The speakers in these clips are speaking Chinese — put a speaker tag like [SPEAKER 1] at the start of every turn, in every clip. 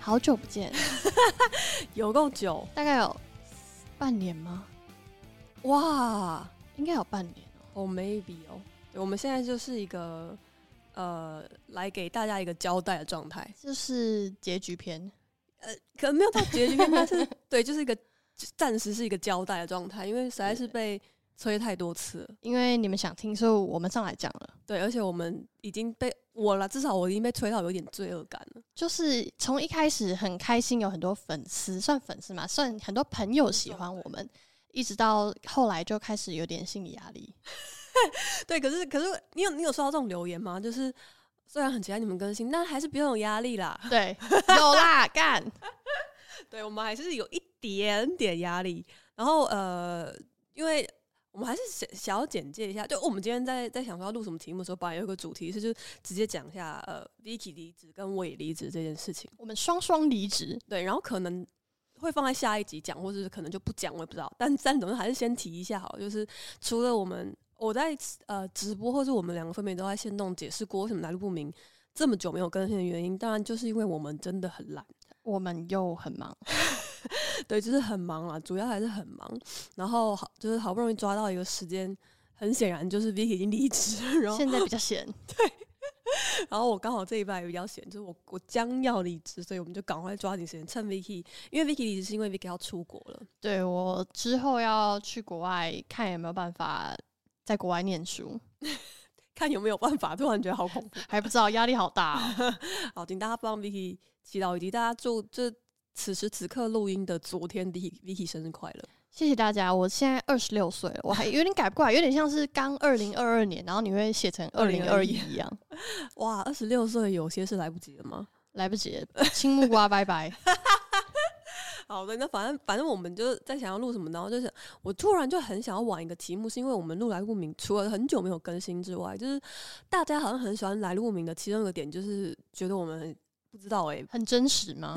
[SPEAKER 1] 好久不见，
[SPEAKER 2] 有够久
[SPEAKER 1] 大概有半年吗？
[SPEAKER 2] 哇
[SPEAKER 1] 应该有半年哦。
[SPEAKER 2] 哦、m a y b e 哦，对，我们现在就是一个呃，来给大家一个交代的状态，
[SPEAKER 1] 就是结局篇，
[SPEAKER 2] 呃，可能没有到结局篇，但是对，就是一个暂时是一个交代的状态，因为实在是被催太多次了，
[SPEAKER 1] 因为你们想听，所以我们上来讲了。
[SPEAKER 2] 对，而且我们已经被我了，至少我已经被催到有点罪恶感了，
[SPEAKER 1] 就是从一开始很开心，有很多粉丝，算粉丝嘛，算很多朋友喜欢我们，一直到后来就开始有点心理压力。
[SPEAKER 2] 对，可是可是你有你有收到这种留言吗？就是虽然很期待你们更新，但还是比较有压力啦，
[SPEAKER 1] 对，有啦，干，
[SPEAKER 2] 对我们还是有一点点压力。然后呃，因为我们还是想想要简介一下，就我们今天在在想说要录什么题目的时候，本来有一个主题是就直接讲一下呃，Vicky 离职跟我也离职这件事情。
[SPEAKER 1] 我们双双离职，
[SPEAKER 2] 对，然后可能会放在下一集讲，或者是可能就不讲，我也不知道。但但总之还是先提一下好了，就是除了我们我在呃直播，或是我们两个分别都在线动解释过为什么来路不明这么久没有更新的原因，当然就是因为我们真的很懒。
[SPEAKER 1] 我们又很忙，
[SPEAKER 2] 对，就是很忙啦，主要还是很忙。然后好，就是好不容易抓到一个时间，很显然就是 Vicky 已经离职了，然后
[SPEAKER 1] 现在比较闲。
[SPEAKER 2] 然后我刚好这一拜也比较闲，就是我我将要离职，所以我们就赶快抓紧时间，趁 Vicky，因为 Vicky 离职是因为 Vicky 要出国了，
[SPEAKER 1] 对我之后要去国外看有没有办法在国外念书，
[SPEAKER 2] 看有没有办法。突然觉得好恐怖，
[SPEAKER 1] 还不知道压力好大、哦。
[SPEAKER 2] 好，请大家帮 Vicky 祈祷，以及大家祝这此时此刻录音的昨天 Vicky Vicky 生日快乐。
[SPEAKER 1] 谢谢大家，我现在二十六岁了，我还有点改不过来，有点像是刚二零二二年，然后你会写成二零二一一样，
[SPEAKER 2] 哇，二十六岁有些是来不及了吗？
[SPEAKER 1] 来不及了，青木瓜拜拜。
[SPEAKER 2] 好的，那反正反正我们就是在想要录什么，然后就是我突然就很想要玩一个题目，是因为我们录来路明除了很久没有更新之外，就是大家好像很喜欢来路明的其中一个点，就是觉得我们很不知道诶、欸
[SPEAKER 1] 很真实吗？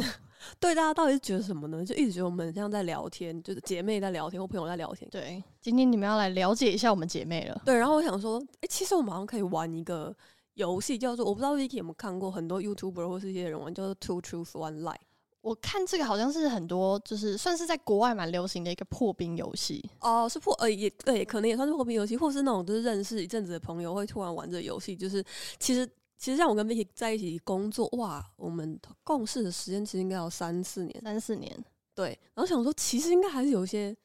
[SPEAKER 2] 对大家到底是觉得什么呢？就一直觉得我们很像在聊天，就是姐妹在聊天或朋友在聊天。
[SPEAKER 1] 对，今天你们要来了解一下我们姐妹了。
[SPEAKER 2] 对，然后我想说，诶，其实我们好像可以玩一个游戏，叫做我不知道 Vicky 有没有看过，很多 YouTuber 或是一些人玩叫做 Two Truths One Lie。
[SPEAKER 1] 我看这个好像是很多，就是算是在国外蛮流行的一个破冰游戏。
[SPEAKER 2] 哦，是破呃也对，可能也算是破冰游戏，或是那种就是认识一阵子的朋友会突然玩这个游戏，就是其实其实像我跟 Vicky 在一起工作，哇，我们共事的时间其实应该有三四年，
[SPEAKER 1] 三四年，
[SPEAKER 2] 对，然后想说其实应该还是有一些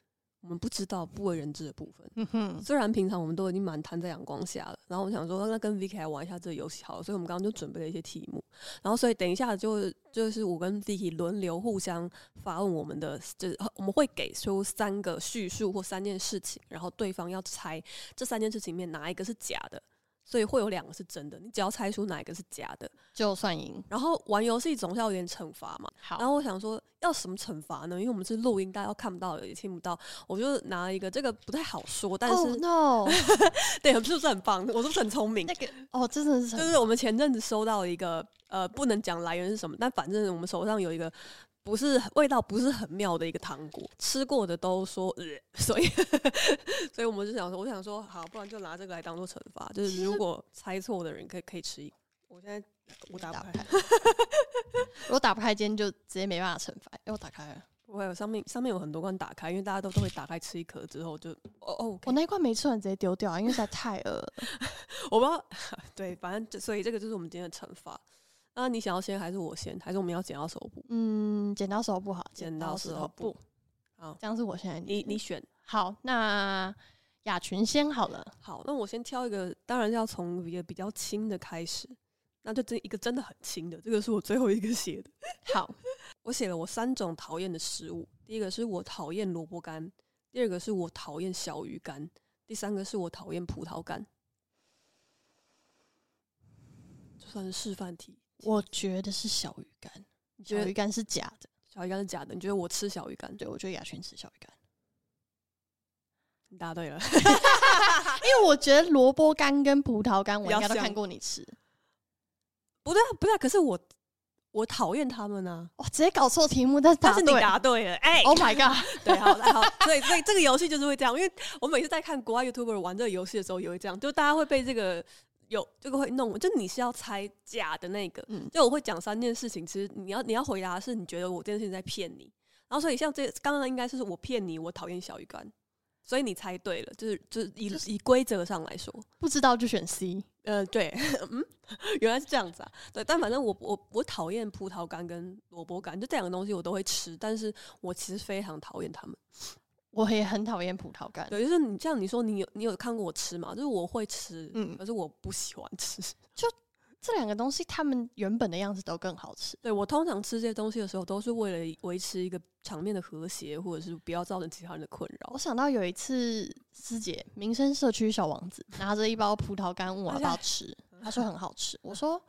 [SPEAKER 2] 我们不知道不为人知的部分，
[SPEAKER 1] 嗯哼，
[SPEAKER 2] 虽然平常我们都已经蛮摊在阳光下了，然后我想说，那跟 Vicky 来玩一下这个游戏好了，所以我们刚刚就准备了一些题目，然后所以等一下就就是我跟 Vicky 轮流互相发问我们的，就是我们会给出三个叙述或三件事情，然后对方要猜这三件事情里面哪一个是假的，所以会有两个是真的，你只要猜出哪一个是假的，
[SPEAKER 1] 就算赢。
[SPEAKER 2] 然后玩游戏总是要有点惩罚嘛，然
[SPEAKER 1] 好，
[SPEAKER 2] 后我想说，要什么惩罚呢？因为我们是录音，大家又看不到，也听不到。我就拿一个这个不太好说，但是、
[SPEAKER 1] oh, no，
[SPEAKER 2] 对，是不是很棒？我是不是很聪明
[SPEAKER 1] 那？个哦，真的是
[SPEAKER 2] 就
[SPEAKER 1] 很
[SPEAKER 2] 是我们前阵子收到一个呃，不能讲来源是什么，但反正我们手上有一个不是味道不是很妙的一个糖果，吃过的都说，呃、 所以所以我们就想说，我想说，好，不然就拿这个来当做惩罚，就
[SPEAKER 1] 其
[SPEAKER 2] 是
[SPEAKER 1] 实
[SPEAKER 2] 如果猜错的人可以可以吃一。我现在我打不开，
[SPEAKER 1] 开。如果打不开，今天就直接没办法惩罚。哎、我打开了，
[SPEAKER 2] 不会，上面上面有很多罐打开，因为大家都都会打开吃一颗之后就哦哦，
[SPEAKER 1] 我
[SPEAKER 2] 我
[SPEAKER 1] 那一罐没吃完，直接丢掉啊，因为实在太饿了。
[SPEAKER 2] 我不知道， 对，反正就所以这个就是我们今天的惩罚。那你想要先还是我先，还是我们要剪到手部？
[SPEAKER 1] 嗯，剪刀石头布嗯好，
[SPEAKER 2] 剪刀石头布，好
[SPEAKER 1] 这样是我现在
[SPEAKER 2] 你你选
[SPEAKER 1] 好，那雅群先 好了。
[SPEAKER 2] 好，那我先挑一个，当然要从一个比较轻的开始，那就这一个真的很轻的，这个是我最后一个写的。
[SPEAKER 1] 好，
[SPEAKER 2] 我写了我三种讨厌的食物，第一个是我讨厌萝卜干，第二个是我讨厌小鱼干，第三个是我讨厌葡萄干。这算是示范题，
[SPEAKER 1] 我觉得是小鱼干，
[SPEAKER 2] 觉
[SPEAKER 1] 小
[SPEAKER 2] 得
[SPEAKER 1] 鱼干是假的。
[SPEAKER 2] 小鱼干是假的，你觉得我吃小鱼干？
[SPEAKER 1] 对，我觉得雅群吃小鱼 干，
[SPEAKER 2] 你答对了。
[SPEAKER 1] 因为我觉得萝卜干跟葡萄干，我
[SPEAKER 2] 比较
[SPEAKER 1] 应该都
[SPEAKER 2] 像
[SPEAKER 1] 看过你吃。
[SPEAKER 2] 不对啊，不对啊，可是我我讨厌他们啊，
[SPEAKER 1] 哇，直接搞错题目，但是
[SPEAKER 2] 但
[SPEAKER 1] 答
[SPEAKER 2] 是
[SPEAKER 1] 对
[SPEAKER 2] 你答对了，哎、
[SPEAKER 1] ，Oh my god！
[SPEAKER 2] 对，好，好，所以所以这个游戏就是会这样，因为我每次在看国外 YouTuber 玩这个游戏的时候也会这样，就大家会被这个有这个会弄，就你是要猜假的那个。
[SPEAKER 1] 嗯
[SPEAKER 2] 就我会讲三件事情，其实你要你要回答的是你觉得我这件事情在骗你，然后所以像这刚刚应该是我骗你，我讨厌小鱼干，所以你猜对了，就是就是以以规则上来说，
[SPEAKER 1] 不知道就选 C。
[SPEAKER 2] 呃，对， 嗯，原来是这样子啊。对，但反正我我我讨厌葡萄干跟萝卜干，就这两个东西我都会吃，但是我其实非常讨厌它们。
[SPEAKER 1] 我也很讨厌葡萄干，
[SPEAKER 2] 对，就是你像你说，你有你有看过我吃吗？就是我会吃，
[SPEAKER 1] 嗯
[SPEAKER 2] 可是我不喜欢吃。
[SPEAKER 1] 这两个东西它们原本的样子都更好吃。
[SPEAKER 2] 对我通常吃这些东西的时候，都是为了维持一个场面的和谐，或者是不要造成其他人的困扰
[SPEAKER 1] 我。想到有一次，师姐民生社区小王子拿着一包葡萄干问我要不要吃，他说很好吃，我说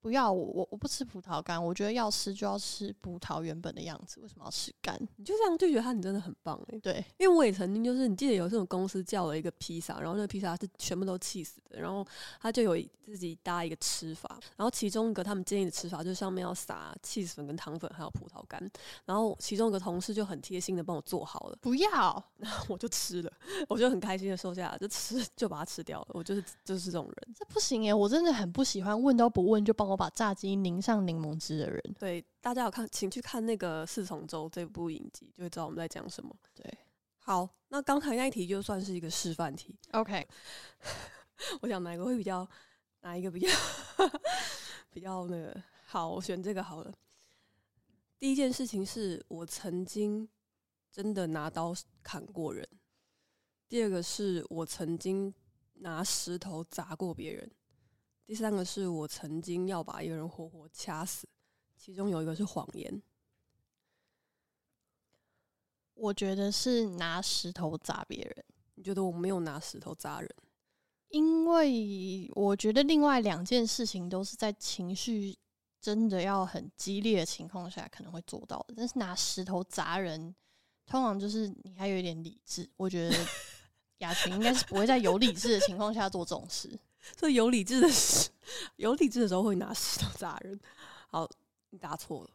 [SPEAKER 1] 不要，我我我不吃葡萄干，我觉得要吃就要吃葡萄原本的样子，为什么要吃干？
[SPEAKER 2] 你就这样拒绝他，你真的很棒哎、
[SPEAKER 1] 对，
[SPEAKER 2] 因为我也曾经就是，你记得有这种公司叫了一个披萨，然后那个披萨是全部都 cheese 的，然后他就有自己搭一个吃法，然后其中一个他们建议的吃法就是上面要撒 cheese 粉跟糖粉还有葡萄干，然后其中一个同事就很贴心的帮我做好了，
[SPEAKER 1] 不要，
[SPEAKER 2] 我就吃了， 我就很开心的收下来，就吃就把它吃掉了，我就是就是这种人，
[SPEAKER 1] 这不行耶！我真的很不喜欢问都不问就帮我把炸鸡淋上柠檬汁的人。
[SPEAKER 2] 对大家有看，请去看那个《四重奏》这部影集，就会知道我们在讲什么。
[SPEAKER 1] 对
[SPEAKER 2] 好，那刚才那一题就算是一个示范题，
[SPEAKER 1] ，OK，
[SPEAKER 2] 我想哪个会比较，哪一个比较 比较那个好？我选这个好了。第一件事情是我曾经真的拿刀砍过人，第二个是我曾经拿石头砸过别人，第三个是我曾经要把一个人活活掐死，其中有一个是谎言。
[SPEAKER 1] 我觉得是拿石头砸别人，
[SPEAKER 2] 你觉得我没有拿石头砸人？
[SPEAKER 1] 因为我觉得另外两件事情都是在情绪真的要很激烈的情况下可能会做到的，但是拿石头砸人，通常就是你还有一点理智。我觉 得雅群应该是不会在有理智的情况下做这种事。
[SPEAKER 2] 所以有理智的时， 有理智的时候会拿石头砸人。好，你答错了。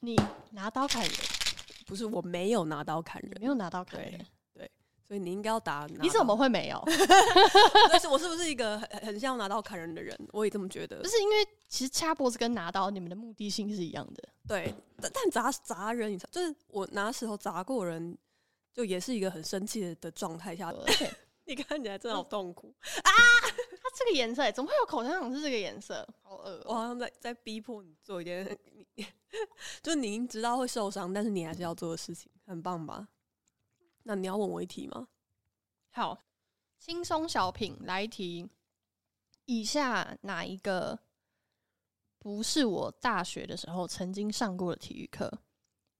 [SPEAKER 1] 你拿刀砍人，
[SPEAKER 2] 不是我没有拿刀砍
[SPEAKER 1] 你
[SPEAKER 2] 人，
[SPEAKER 1] 没有拿刀砍
[SPEAKER 2] 对
[SPEAKER 1] 人，
[SPEAKER 2] 所以你应该要打拿刀。
[SPEAKER 1] 你怎么会没有？
[SPEAKER 2] 但是我是不是一个很很像拿刀砍人的人？我也这么觉得
[SPEAKER 1] 不。是因为其实掐脖子跟拿刀，你们的目的性是一样的。
[SPEAKER 2] 对，但但砸砸人，你知道就是我拿石头砸过人，就也是一个很生气的状态下。
[SPEAKER 1] 而且
[SPEAKER 2] 你看起来真的好痛苦，
[SPEAKER 1] 它这个颜色、欸，怎么会有口香糖是这个颜色？好恶哦、
[SPEAKER 2] 我好像在在逼迫你做一件，你 就你已经知道会受伤，但是你还是要做的事情，很棒吧？那你要问我一题吗？
[SPEAKER 1] 好，轻松小品来一题，以下哪一个不是我大学的时候曾经上过的体育课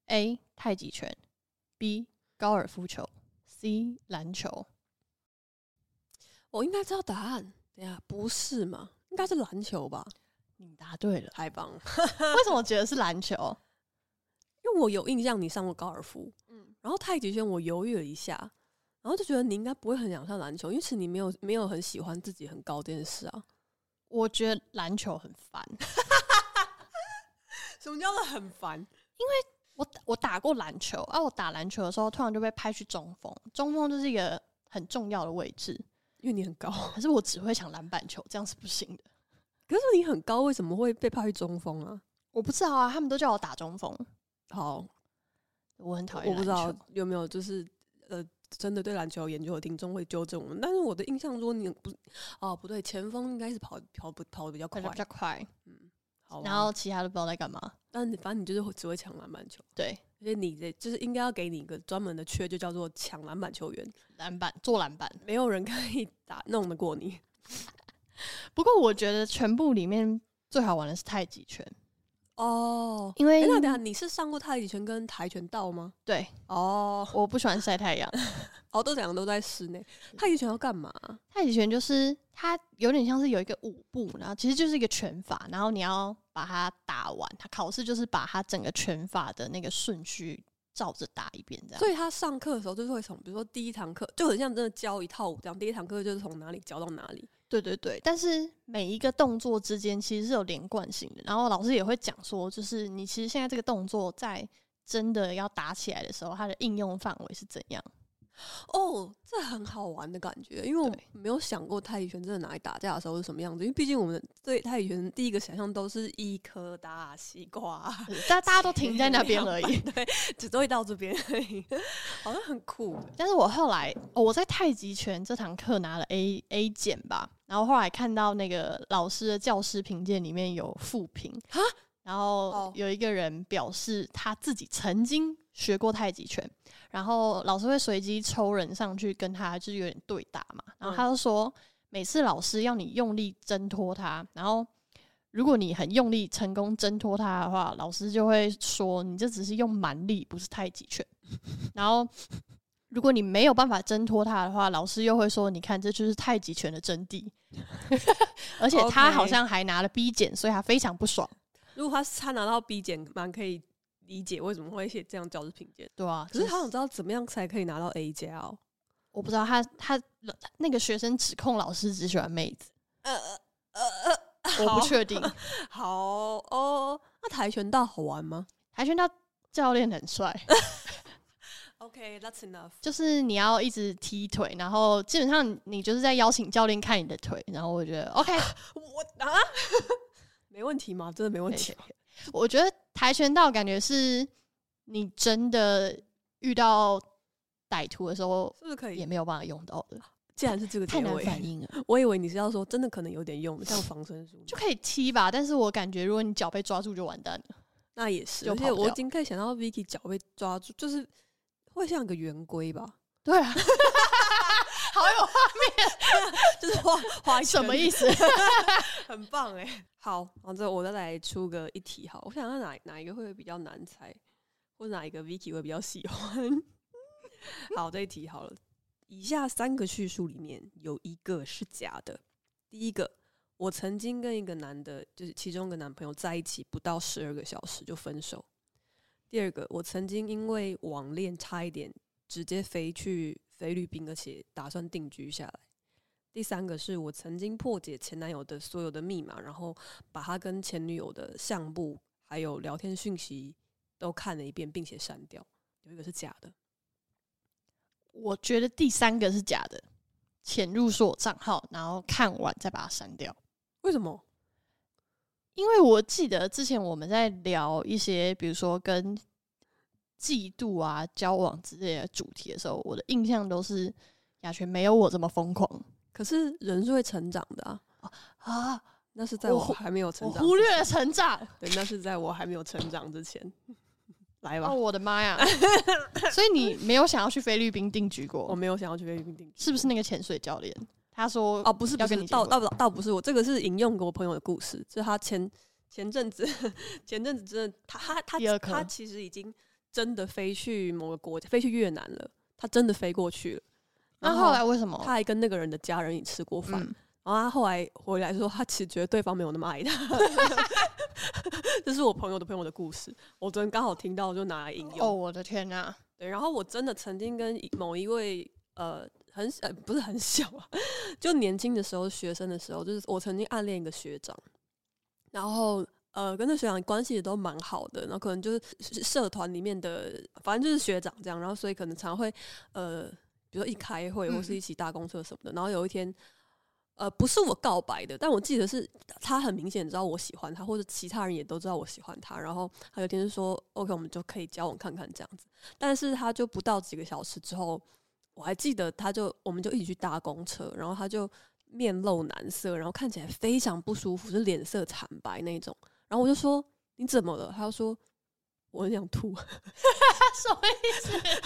[SPEAKER 1] ？A. 太极拳，B. 高尔夫球，C. 篮球。
[SPEAKER 2] 我应该知道答案。等一下，不是嘛？应该是篮球吧？，
[SPEAKER 1] 你答对了
[SPEAKER 2] 太棒了！
[SPEAKER 1] 为什么觉得是篮球？
[SPEAKER 2] 因为我有印象你上过高尔夫，
[SPEAKER 1] 嗯，
[SPEAKER 2] 然后太极拳我犹豫了一下，然后就觉得你应该不会很想上篮球，因为其实你没有没有很喜欢自己很高这件事啊。
[SPEAKER 1] 我觉得篮球很烦。
[SPEAKER 2] 什么叫做很烦？
[SPEAKER 1] 我打我打过篮球啊，我打篮球的时候，突然就被派去中锋，中锋就是一个很重要的位置，
[SPEAKER 2] 因为你很高，
[SPEAKER 1] 可是我只会抢篮板球，这样是不行的。
[SPEAKER 2] 可是你很高为什么会被派去中锋啊？
[SPEAKER 1] 我不知道啊，他们都叫我打中锋，
[SPEAKER 2] 好，
[SPEAKER 1] 我很讨厌。
[SPEAKER 2] 我不知道，有没有就是呃，真的对篮球有研究的听众会纠正我们，但是我的印象中你不哦不对，前锋应该是跑跑不跑的比较
[SPEAKER 1] 快
[SPEAKER 2] 快
[SPEAKER 1] 比，较快，
[SPEAKER 2] 好吧
[SPEAKER 1] 然后其他都不知道在干嘛。
[SPEAKER 2] 但你反正你就是会只会抢篮板球，
[SPEAKER 1] 对，
[SPEAKER 2] 而且你的就是应该要给你一个专门的缺，就叫做抢篮板球员。
[SPEAKER 1] 篮板做篮板。
[SPEAKER 2] 没有人可以打弄得过你。
[SPEAKER 1] 不过我觉得全部里面最好玩的是太极拳，
[SPEAKER 2] 哦，
[SPEAKER 1] 因为
[SPEAKER 2] 哎、那等一下你是上过太极拳跟跆拳道吗？
[SPEAKER 1] 对
[SPEAKER 2] 哦，
[SPEAKER 1] 我不喜欢晒 太阳。
[SPEAKER 2] 哦，都两个都在室内。太极拳要干嘛？啊
[SPEAKER 1] 太极拳就是它有点像是有一个舞步，然后其实就是一个拳法，然后你要把它打完。它考试就是把它整个拳法的那个顺序照着打一遍，这样。
[SPEAKER 2] 所以他上课的时候就是会从，比如说第一堂课就很像真的教一套舞这样，第一堂课就是从哪里教到哪里。
[SPEAKER 1] 对对对，但是每一个动作之间其实是有连贯性的。然后老师也会讲说，就是你其实现在这个动作在真的要打起来的时候，它的应用范围是怎样。
[SPEAKER 2] 哦，这很好玩的感觉，因为我
[SPEAKER 1] 对
[SPEAKER 2] 没有想过太极拳真的拿来打架的时候是什么样子，因为毕竟我们对太极拳第一个想象都是一颗大西瓜，
[SPEAKER 1] 大大家都停在那边而已。
[SPEAKER 2] 对，只都会到这边而已，好像很酷。
[SPEAKER 1] 但是我后来、哦我在太极拳这堂课拿了 A A 减吧，然后后来看到那个老师的教师评鉴里面有复评
[SPEAKER 2] 啊，
[SPEAKER 1] 然
[SPEAKER 2] 哦
[SPEAKER 1] 后有一个人表示他自己曾经学过太极拳，然后老师会随机抽人上去跟他就是有点对打嘛，然后他就说每次老师要你用力挣脱他，然后。如果你很用力成功挣脱他的话，老师就会说你这只是用蛮力，不是太极拳。然后如果你没有办法挣脱它的话，老师又会说：“你看，这就是太极拳的 真谛。”而且他
[SPEAKER 2] OK
[SPEAKER 1] 好像还拿了 B 减，所以他非常不爽，
[SPEAKER 2] 如果他他拿到 B 减，蛮可以理解为什么会写这样教师评鉴，
[SPEAKER 1] 对啊，
[SPEAKER 2] 可是
[SPEAKER 1] 就
[SPEAKER 2] 他想知道怎么样才可以拿到 A 加哦。
[SPEAKER 1] 我不知道他他那个学生指控老师只喜欢妹 子，
[SPEAKER 2] 呃呃呃，
[SPEAKER 1] 我
[SPEAKER 2] 好
[SPEAKER 1] 不 确定。
[SPEAKER 2] 好哦，那跆拳道好玩吗
[SPEAKER 1] 跆拳道教练很帅，
[SPEAKER 2] ？OK，that's、enough。
[SPEAKER 1] 就是你要一直踢腿，然后基本上你就是在邀请教练看你的腿，然后我觉得 OK，
[SPEAKER 2] 我啊，没问题吗？真的没问题吗。
[SPEAKER 1] 我觉得跆拳道感觉是你真的遇到歹徒的时候
[SPEAKER 2] 是不是可
[SPEAKER 1] 也
[SPEAKER 2] 以？
[SPEAKER 1] 没有办法用到的。
[SPEAKER 2] 既然是这个
[SPEAKER 1] 太
[SPEAKER 2] 结
[SPEAKER 1] 难
[SPEAKER 2] 尾，
[SPEAKER 1] 反应 了，
[SPEAKER 2] 我以为你是要说真的可能有点用，像防身术，
[SPEAKER 1] 就可以踢吧。但是我感觉如果你脚被抓住就完蛋了。
[SPEAKER 2] 那也是。
[SPEAKER 1] 就
[SPEAKER 2] 而
[SPEAKER 1] 跑
[SPEAKER 2] 且我已
[SPEAKER 1] 掉
[SPEAKER 2] 经可以想到 Vicky 脚被抓住，就是会像个圆规吧，
[SPEAKER 1] 对啊， 好有话
[SPEAKER 2] 就是画 画一
[SPEAKER 1] 什么
[SPEAKER 2] 圈
[SPEAKER 1] 意思？
[SPEAKER 2] 很棒哎、 好，然后这我再来出个一题好，我想看哪哪一个会比较难猜，或者哪一个 Vicky 会比较喜欢。 好，这一题好了，以下三个叙述里面有一个是假的。第一个，我曾经跟一个男的，就是其中一个男朋友在一起不到十二个小时就分手。第二个，我曾经因为网恋差一点直接飞去菲律宾，而且打算定居下来。第三个是我曾经破解前男友的所有的密码，然后把他跟前女友的相簿还有聊天讯息都看了一遍，并且删掉。有一个是假的，
[SPEAKER 1] 我觉得第三个是假的，潜入是我账号，然后看完再把它删掉。
[SPEAKER 2] 为什么？
[SPEAKER 1] 因为我记得之前我们在聊一些，比如说跟嫉妒啊、交往之类的主题的时候，我的印象都是雅璇没有我这么疯狂
[SPEAKER 2] 可是人是会成长的啊，
[SPEAKER 1] 啊，
[SPEAKER 2] 那是在
[SPEAKER 1] 我
[SPEAKER 2] 我
[SPEAKER 1] 忽
[SPEAKER 2] 还没有成
[SPEAKER 1] 我
[SPEAKER 2] 长，
[SPEAKER 1] 忽略了，成长。
[SPEAKER 2] 对，那是在我还没有成长之前。 来吧，
[SPEAKER 1] 哦，我的妈呀！ 所以你没有想要去菲律宾定居过？
[SPEAKER 2] 我没有想要去菲律宾定居，
[SPEAKER 1] 是不是那个潜水教练？他说
[SPEAKER 2] 哦，不是，不
[SPEAKER 1] 要跟
[SPEAKER 2] 是，
[SPEAKER 1] 你结
[SPEAKER 2] 倒
[SPEAKER 1] 婚
[SPEAKER 2] 倒不倒不是我，这个是引用给我朋友的故事，就是他前前阵子 前阵子真的，他他
[SPEAKER 1] 第
[SPEAKER 2] 他
[SPEAKER 1] 二
[SPEAKER 2] 他
[SPEAKER 1] 颗
[SPEAKER 2] 其实已经真的飞去某个国家，飞去越南了，他真的飞过去了。
[SPEAKER 1] 那后来为什么？
[SPEAKER 2] 他还跟那个人的家人一起吃过饭，
[SPEAKER 1] 嗯，
[SPEAKER 2] 然后他后来回来说，他其实觉得对方没有那么爱他。 这是我朋友的朋友的故事，我昨天刚好听到，就拿来引用。
[SPEAKER 1] 哦，我的 天哪、
[SPEAKER 2] 对，然后我真的曾经跟一某一位呃很小呃不是很小啊， 就年轻的时候学生的时候，就是我曾经暗恋一个学长，然后呃跟那学长关系也都蛮好的，然后可能就是社社团里面的，反正就是学长这样，然后所以可能常会呃比如说一开会或是
[SPEAKER 1] 嗯
[SPEAKER 2] 一起搭公车什么的，然后有一天。呃，不是我告白的，但我记得是他很明显知道我喜欢他，或者其他人也都知道我喜欢他。然后他有一天就说：“OK，我们就可以交往看看这样子。”但是他就不到几个小时之后，我还记得他就我们就一起去搭公车，然后他就面露难色，然后看起来非常不舒服，就脸色惨白那种。然后我就说：“你怎么了？”他就说：“我很想吐。”
[SPEAKER 1] 什么意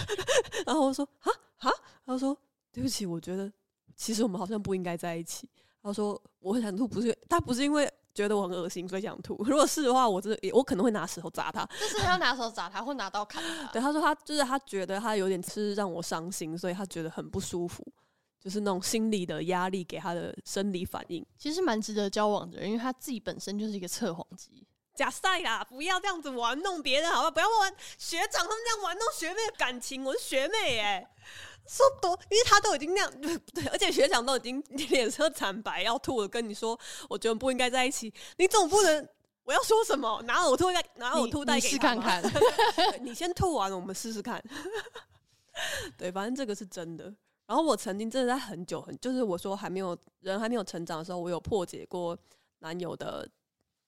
[SPEAKER 2] 然后我说啊啊，他说对不起，我觉得其实我们好像不应该在一起。他说我很想吐，不是他不是因为觉得我很恶心所以想吐，如果是的话，我真的也我可能会拿石头砸他。
[SPEAKER 1] 思？ 就是要拿手砸他，或拿刀砍
[SPEAKER 2] 对，
[SPEAKER 1] 他。
[SPEAKER 2] 他说他就是他觉得他有点是让我伤心，所以他觉得很不舒服，就是那种心理的压力给他的生理反应。
[SPEAKER 1] 其实蛮值得交往的，因为他自己本身就是一个测谎机。
[SPEAKER 2] 假赛啦，不要这样子玩弄别人，好吧？不要玩学长他们这样玩弄学妹的感情，我是学妹哎、说多，因为他都已经那样， 对，而且学长都已经 脸色惨白要吐了，跟你说，我觉得不应该在一起，你总不能我要说什么？拿呕吐袋，拿呕
[SPEAKER 1] 你
[SPEAKER 2] 吐袋
[SPEAKER 1] 你
[SPEAKER 2] 给
[SPEAKER 1] 试
[SPEAKER 2] 他
[SPEAKER 1] 看
[SPEAKER 2] 吗
[SPEAKER 1] 看，
[SPEAKER 2] 你先吐完，我们试试看。 对，反正这个是真的。然后我曾经真的在很久很，就是我说还没有人还没有成长的时候，我有破解过男友的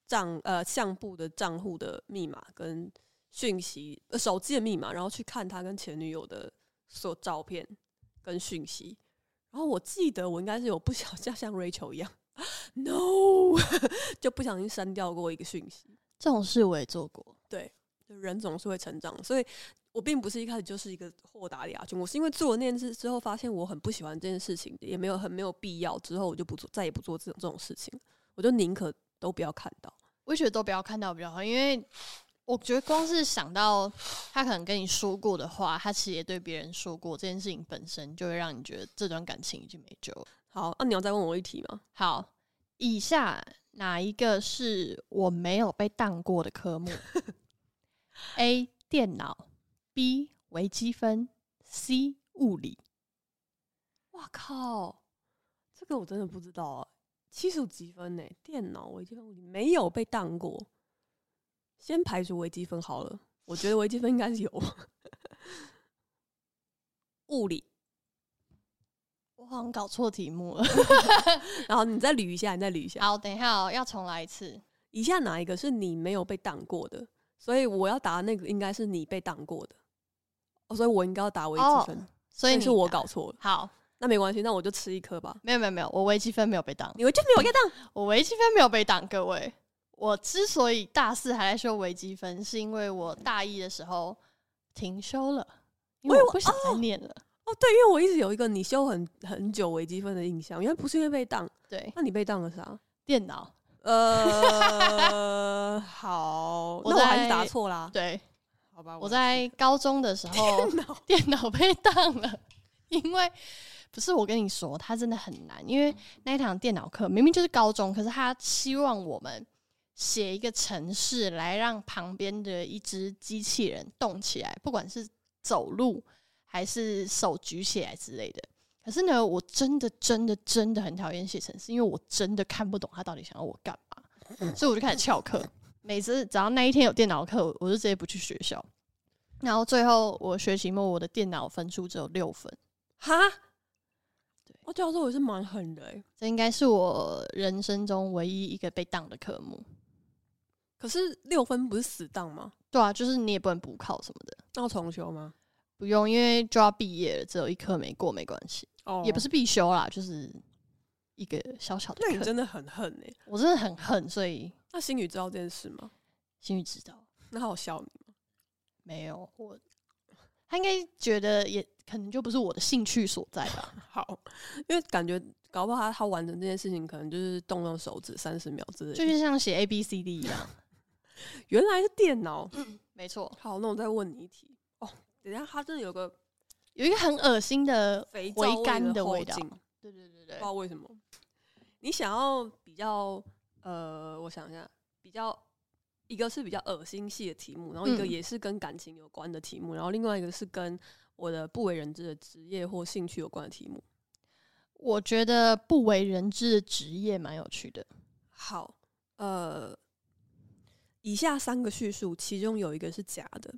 [SPEAKER 2] 账呃相簿的账户的密码跟讯息、呃、手机的密码，然后去看他跟前女友的所有照片跟讯息。然后我记得我应该是有不小心像 Rachel 一样 ，no 就不小心删掉过一个讯息。
[SPEAKER 1] 这种事我也做过，
[SPEAKER 2] 就人总是会成长，所以我并不是一开始就是一个豁达的亚军，我是因为做了那件事之后，发现我很不喜欢这件事情，也没有很没有必要，之后我就不做，再也不做这种这种事情，我就宁可都不要看到。
[SPEAKER 1] 我也觉得都不要看到比较好，因为我觉得光是想到他可能跟你说过的话，他其实也对别人说过这件事情本身，就会让你觉得这段感情已经没救了。
[SPEAKER 2] 好，啊那、你要再问我一题吗？
[SPEAKER 1] 好，以下哪一个是我没有被当过的科 目？A. 电脑 B. 微积分 C. 物理。
[SPEAKER 2] 哇靠，这个我真的不知道啊，七十五积分呢、电脑微积分我没有被当过，先排除微积分好了，我觉得微积分应该是有。 物理，
[SPEAKER 1] 我好像搞错题目了。
[SPEAKER 2] 然后你再捋一下，你再捋一下。
[SPEAKER 1] 好，等一下、哦、要重来一次。
[SPEAKER 2] 以下哪一个是你没有被挡过的？所以我要答那个应该是你被挡过的，哦，所以我应该要打微积分，
[SPEAKER 1] 哦所以
[SPEAKER 2] 那
[SPEAKER 1] 你
[SPEAKER 2] 是我
[SPEAKER 1] 答
[SPEAKER 2] 搞错了。
[SPEAKER 1] 好，
[SPEAKER 2] 那没关系，那我就吃一颗吧。
[SPEAKER 1] 没有没有没有，我微积分没有被当，
[SPEAKER 2] 你们就没有 get 到？
[SPEAKER 1] 我微积分没有被挡，各位。我之所以大四还在修微积分，是因为我大一的时候停修了，因为
[SPEAKER 2] 我以
[SPEAKER 1] 我
[SPEAKER 2] 为
[SPEAKER 1] 不想再念了。
[SPEAKER 2] 哦，对，因为我一直有一个你修很很久微积分的印象，原来不是因为被当，
[SPEAKER 1] 对，
[SPEAKER 2] 那你被当了啥？
[SPEAKER 1] 电脑
[SPEAKER 2] 呃，好，
[SPEAKER 1] 我
[SPEAKER 2] 那我还是答
[SPEAKER 1] 在
[SPEAKER 2] 错啦。
[SPEAKER 1] 对，
[SPEAKER 2] 好吧，哦
[SPEAKER 1] 我
[SPEAKER 2] 来
[SPEAKER 1] 在高中的时 候
[SPEAKER 2] 试 No
[SPEAKER 1] 电 脑被当了， 因为不是我跟你说，它真的很难，因为那一堂电脑课明明就是高中，可是他希望我们写一个程式来让旁边的一只机器人动起来，不管是走路还是手举起来之类的。可是呢，我真的真的真的很讨厌写程式，因为我真的看不懂他到底想要我干嘛，所以我就开始翘课。每次只要那一天有电脑课，我我就直接不去学校。然后最后我学期末我的电脑分数只有六分，
[SPEAKER 2] 哈哦
[SPEAKER 1] 对。
[SPEAKER 2] 我教授我是蛮狠的、欸，
[SPEAKER 1] 这应该是我人生中唯一一个被当的科目。
[SPEAKER 2] 可是六分不是死当吗？
[SPEAKER 1] 对啊，就是你也不能补考什么的，
[SPEAKER 2] 那要重修吗？
[SPEAKER 1] 不用，因为就要毕业了，只有一科没过没关系，
[SPEAKER 2] 哦
[SPEAKER 1] 也不是必修啦，就是一个小小的
[SPEAKER 2] 那你
[SPEAKER 1] 课。
[SPEAKER 2] 真的很恨哎、
[SPEAKER 1] 我真的很恨，所以
[SPEAKER 2] 那星宇知道这件事吗？
[SPEAKER 1] 心宇知道
[SPEAKER 2] 那他有笑你？
[SPEAKER 1] 没有我，他应该觉得也可能就不是我的兴趣所在 吧。
[SPEAKER 2] 好，因为感觉搞不好他他完成这件事情，可能就是动动手指三十秒之类的。
[SPEAKER 1] 就是像写 A B C D 一样，
[SPEAKER 2] 原来是电脑。
[SPEAKER 1] 没错，
[SPEAKER 2] 好，那我再问你一题哦。等一下，他真的有个
[SPEAKER 1] 有一个很恶心的，
[SPEAKER 2] 肥皂
[SPEAKER 1] 回甘
[SPEAKER 2] 味
[SPEAKER 1] 的
[SPEAKER 2] 后
[SPEAKER 1] 味道
[SPEAKER 2] 劲
[SPEAKER 1] 对对对
[SPEAKER 2] 不
[SPEAKER 1] 对
[SPEAKER 2] 知道为什么。你想要比较呃，我想一下，比较一个是比较恶心系的题目，然后一个
[SPEAKER 1] 嗯
[SPEAKER 2] 也是跟感情有关的题目，然后另外一个是跟我的不为人知的职业或兴趣有关的题目。
[SPEAKER 1] 我觉得不为人知的职业蛮有趣的。
[SPEAKER 2] 好，呃，以下三个叙述，其中有一个是假的。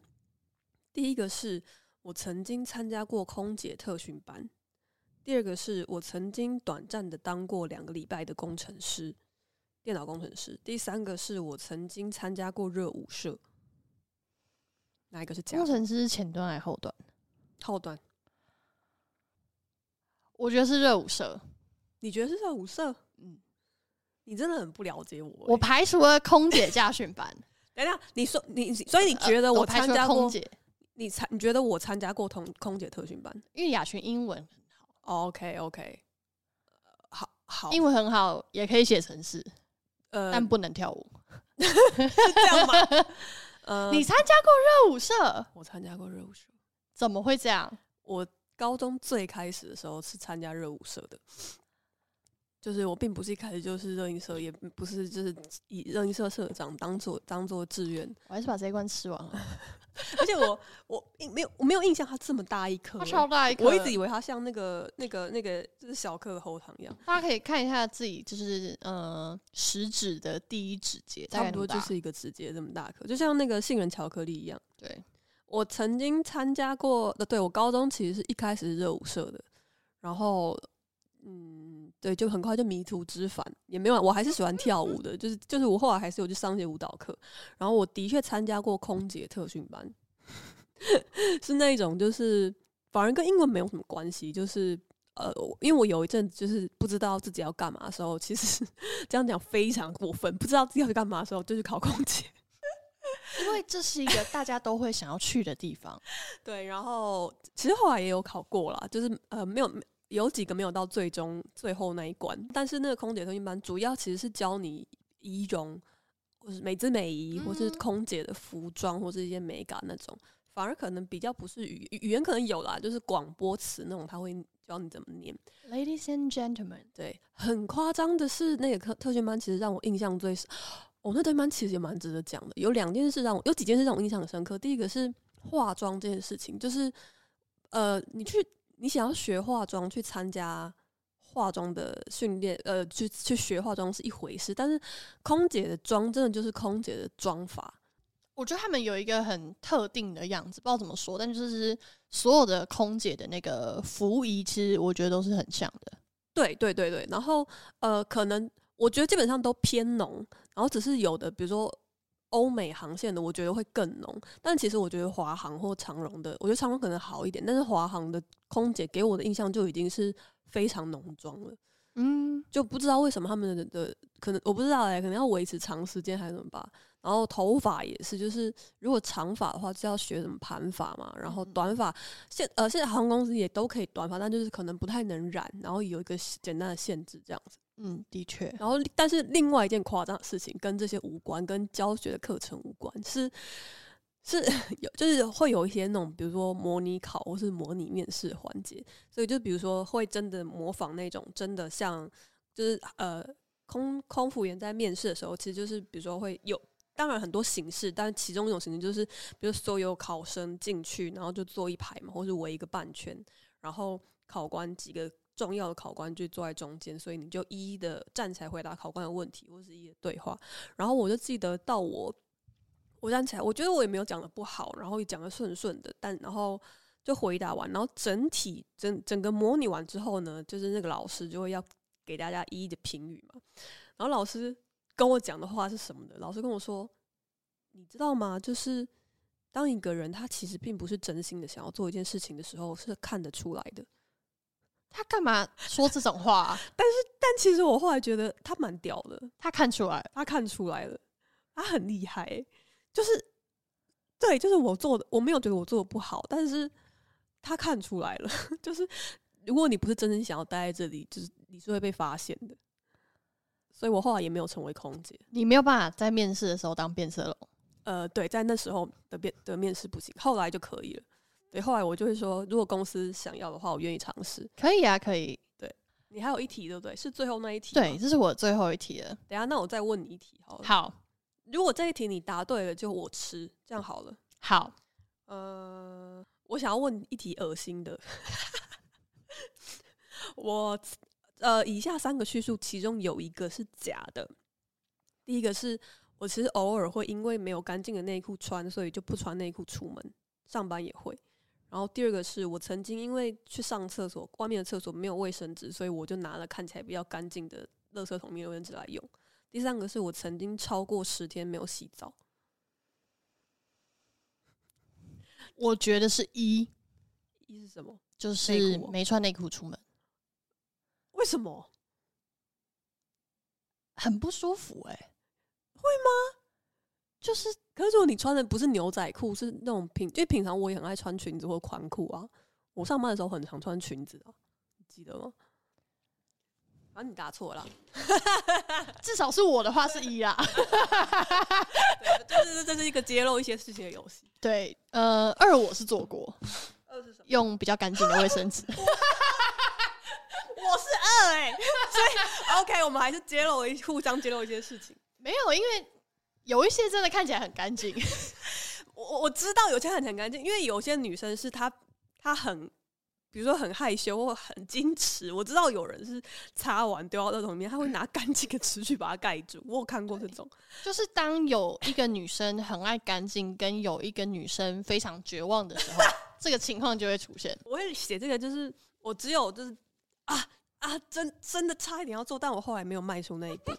[SPEAKER 2] 第一个是我曾经参加过空姐特训班，第二个是我曾经短暂的当过两个礼拜的工程师，电脑工程师。第三个是我曾经参加过热舞社。哪一个是假
[SPEAKER 1] 工
[SPEAKER 2] 的？
[SPEAKER 1] 程师是前端还是后端？
[SPEAKER 2] 后端？
[SPEAKER 1] 我觉得是热舞社。
[SPEAKER 2] 你觉得是热舞社？
[SPEAKER 1] 嗯，
[SPEAKER 2] 你真的很不了解我欸、
[SPEAKER 1] 我排除了空姐驾 训班，
[SPEAKER 2] 等一下，你说你，所以你觉得
[SPEAKER 1] 呃
[SPEAKER 2] 我
[SPEAKER 1] 我排
[SPEAKER 2] 参
[SPEAKER 1] 除了
[SPEAKER 2] 加过、
[SPEAKER 1] 空姐，
[SPEAKER 2] 你参你觉得我参加过空空姐特训班
[SPEAKER 1] 因为雅群英文
[SPEAKER 2] ？OK OK，好呃好，
[SPEAKER 1] 英文很好，也可以写程式，
[SPEAKER 2] 呃
[SPEAKER 1] 但不能跳舞。
[SPEAKER 2] 是这样 吗？呃，
[SPEAKER 1] 你参加过热舞社？
[SPEAKER 2] 我参加过热舞社，
[SPEAKER 1] 怎么会这样？
[SPEAKER 2] 我高中最开始的时候是参加热舞社的，就是我并不是一开始就是热音社，也不是就是以热音社社长当做当做志愿，
[SPEAKER 1] 我还是把这一关吃完 了。
[SPEAKER 2] 而且我我印没有我没有印象他这么大一颗
[SPEAKER 1] 它，超大一颗，
[SPEAKER 2] 我一直以为他像那个那个那个就是小颗的喉糖一样。
[SPEAKER 1] 大家可以看一下自己，就是呃食指的第一指节，大
[SPEAKER 2] 差
[SPEAKER 1] 概
[SPEAKER 2] 不多
[SPEAKER 1] 那么
[SPEAKER 2] 就
[SPEAKER 1] 大
[SPEAKER 2] 是一个指节这么大颗，就像那个杏仁巧克力一样。
[SPEAKER 1] 对。
[SPEAKER 2] 我曾经参加过，呃，对我高中其实是一开始是热舞社的，然后嗯，对，就很快就迷途知返，也没有，我还是喜欢跳舞的，就是就是我后来还是有去上一些舞蹈课，然后我的确参加过空姐特训班， 是那一种就是反而跟英文没有什么关系，就是。呃，我因为我有一阵子就是不知道自己要干嘛的时候，其实这样讲非常过分。不知道自己要干嘛的时候，就去考空姐。
[SPEAKER 1] 因为这是一个大家都会想要去的地方。
[SPEAKER 2] 对，然后其实后来也有考过啦，就是呃没有有几个没有到最终最后那一关，但是那个空姐特训班主要其实是教你仪容，或是美姿美仪，或是
[SPEAKER 1] 嗯
[SPEAKER 2] 空姐的服装，或是一些美感那种，反而可能比较不是语语言可能有啦，就是广播词那种他会教你怎么念。
[SPEAKER 1] Ladies and gentlemen，
[SPEAKER 2] 对，很夸张的是，那个特特训班其实让我印象最深，我、那特训班其实也蛮值得讲的。有两件事让我，有几件事让我印象很深刻。第一个是化妆这件事情，就是呃，你去你想要学化妆，去参加化妆的训练，呃，去去学化妆是一回事，但是空姐的妆真的就是空姐的妆法，
[SPEAKER 1] 我觉得他们有一个很特定的样子，不知道怎么说，但就是所有的空姐的那个服仪，其实我觉得都是很像的。
[SPEAKER 2] 对对对对，然后呃，可能我觉得基本上都偏浓，然后只是有的，比如说欧美航线的，我觉得会更浓。但其实我觉得华航或长荣的，我觉得长荣可能好一点，但是华航的空姐给我的印象就已经是非常浓妆了，
[SPEAKER 1] 嗯，
[SPEAKER 2] 就不知道为什么他们的的可能我不知道哎、可能要维持长时间还是怎么吧。然后头发也是，就是如果长发的话，就要学什么盘发嘛。然后
[SPEAKER 1] 嗯
[SPEAKER 2] 短发，现呃现在航空公司也都可以短发，但就是可能不太能染，然后有一个简单的限制这样子。
[SPEAKER 1] 嗯，的确，
[SPEAKER 2] 然后，但是另外一件夸张的事情跟这些无关，跟教学的课程无关，是是有就是会有一些那种，比如说模拟考或是模拟面试环节，所以就比如说会真的模仿那种真的像就是呃空空服员在面试的时候，其实就是比如说会有。当然很多形式，但其中一种形式就是，比如所有考生进去，然后就坐一排嘛，或是围一个半圈，然后考官几个重要的考官就坐在中间，所以你就一一的站起来回答考官的问题，或是一一的对话。然后我就记得到我我站起来，我觉得我也没有讲的不好，然后也讲的顺顺的，但然后就回答完，然后整体整整个模拟完之后呢，就是那个老师就会要给大家一一的评语嘛。然后老师跟我讲的话是什么呢？老师跟我说，你知道吗？就是当一个人他其实并不是真心的想要做一件事情的时候，是看得出来的。
[SPEAKER 1] 他干嘛说这种话啊、
[SPEAKER 2] 但其实我后来觉得他蛮屌的，
[SPEAKER 1] 他看出来了，
[SPEAKER 2] 他看出来了，他很厉害欸、就是对，就是我做的，我没有觉得我做的不好，但是他看出来了， 就是如果你不是真正想要待在这里，就是你是会被发现的。所以我后来也没有成为空姐，
[SPEAKER 1] 你没有办法在面试的时候当变色龙。
[SPEAKER 2] 呃，对，在那时候的面的面试不行，后来就可以了。对，后来我就会说，如果公司想要的话，我愿意尝试。
[SPEAKER 1] 可以啊，可以。
[SPEAKER 2] 你还有一题对不对？是最后那一题吗。
[SPEAKER 1] 对，这是我最后一题了。
[SPEAKER 2] 等一下那我再问你一题好了。
[SPEAKER 1] 好，
[SPEAKER 2] 如果这一题你答对了，就我吃，这样好了。
[SPEAKER 1] 好，
[SPEAKER 2] 呃，我想要问一题恶心的。 我呃，以下三个叙述，其中有一个是假的。第一个是我其实偶尔会因为没有干净的内裤穿，所以就不穿内裤出门，上班也会。然后第二个是我曾经因为去上厕所，外面的厕所没有卫生纸，所以我就拿了看起来比较干净的垃圾桶里面的卫生纸来用。第三个是我曾经超过十天没有洗澡。
[SPEAKER 1] 我觉得是一，
[SPEAKER 2] 一是什么？
[SPEAKER 1] 就是
[SPEAKER 2] 内裤哦
[SPEAKER 1] 没穿内裤出门，
[SPEAKER 2] 为什么？
[SPEAKER 1] 很不舒服、欸。哎，
[SPEAKER 2] 会吗？
[SPEAKER 1] 就是
[SPEAKER 2] 可是如果你穿的不是牛仔裤，是那种平，就平常我也很爱穿裙子或宽裤啊。我上班的时候很常穿裙子啊，你记得吗？啊，你答错了啦，
[SPEAKER 1] 至少是我的话是一啦。啊
[SPEAKER 2] 这是这是一个揭露一些事情的游戏。
[SPEAKER 1] 对，呃，二我是做过，
[SPEAKER 2] 二是什么？
[SPEAKER 1] 用比较干净的卫生纸。
[SPEAKER 2] 我是二哎、所以 OK，我们还是揭露了一互相揭露一些事情。
[SPEAKER 1] 没有，因为有一些真的看起来很干 净。
[SPEAKER 2] 我我知道有些很很干净，因为有些女生是她她很比如说很害羞或很矜持，我知道有人是擦完丢到垃圾桶里面，他会拿干净的纸去把它盖住。我有看过这种，
[SPEAKER 1] 就是当有一个女生很爱干净，跟有一个女生非常绝望的 时候，这个情况就会出现。
[SPEAKER 2] 我会写这个，就是我只有就是啊啊，真真的差一点要做，但我后来没有迈出那一 步。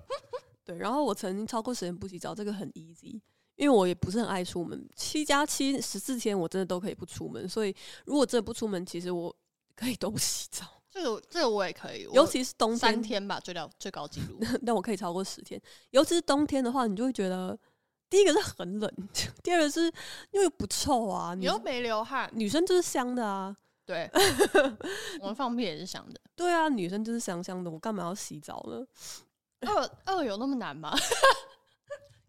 [SPEAKER 2] 对，然后我曾经超过十天不洗澡，这个很 easy。因为我也不是很爱出门，七加七十四天我真的都可以不出门，所以如果真的不出门，其实我可以都不洗澡，
[SPEAKER 1] 这个这个我也可以，我
[SPEAKER 2] 尤其是冬
[SPEAKER 1] 三
[SPEAKER 2] 天，
[SPEAKER 1] 天吧，最高最高纪录。
[SPEAKER 2] 但我可以超过十天。尤其是冬天的话，你就会觉得，第一个是很冷，第二个是因为不臭啊，
[SPEAKER 1] 你
[SPEAKER 2] 女
[SPEAKER 1] 又没流汗，
[SPEAKER 2] 女生就是香的啊，
[SPEAKER 1] 对， 我们放屁也是想的。
[SPEAKER 2] 对啊，女生就是香香的，我干嘛要洗澡呢？
[SPEAKER 1] 二二有那么难吗？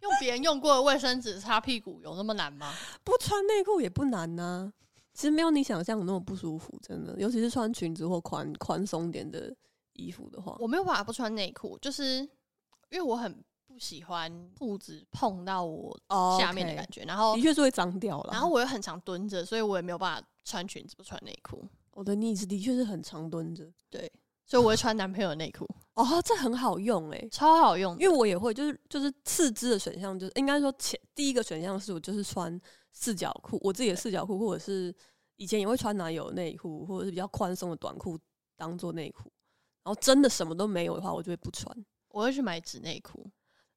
[SPEAKER 1] 用别人用过的卫生纸擦屁股有那么难吗？
[SPEAKER 2] 不穿内裤也不难呐、其实没有你想象的那么不舒服，真的，尤其是穿裙子或宽宽松点的衣服的话，
[SPEAKER 1] 我没有办法不穿内裤，就是因为我很不喜欢裤子碰到我
[SPEAKER 2] 哦
[SPEAKER 1] 下面的感
[SPEAKER 2] 觉
[SPEAKER 1] 觉，然后
[SPEAKER 2] 的确是会脏掉了。
[SPEAKER 1] 然后我又很常蹲着，所以我也没有办法穿裙子不穿内裤，
[SPEAKER 2] 我的你是的确是很常蹲着，
[SPEAKER 1] 所以我会穿男朋友的内裤，
[SPEAKER 2] 哦，这很好用诶、
[SPEAKER 1] 超好用的。
[SPEAKER 2] 因为我也会，就是就是四肢的选项，就是应该说前第一个选项是我就是穿四角裤，我自己的四角裤，或者是以前也会穿男友内裤，或者是比较宽松的短裤当做内裤。然后真的什么都没有的话，我就会不穿。
[SPEAKER 1] 我会去买纸内裤，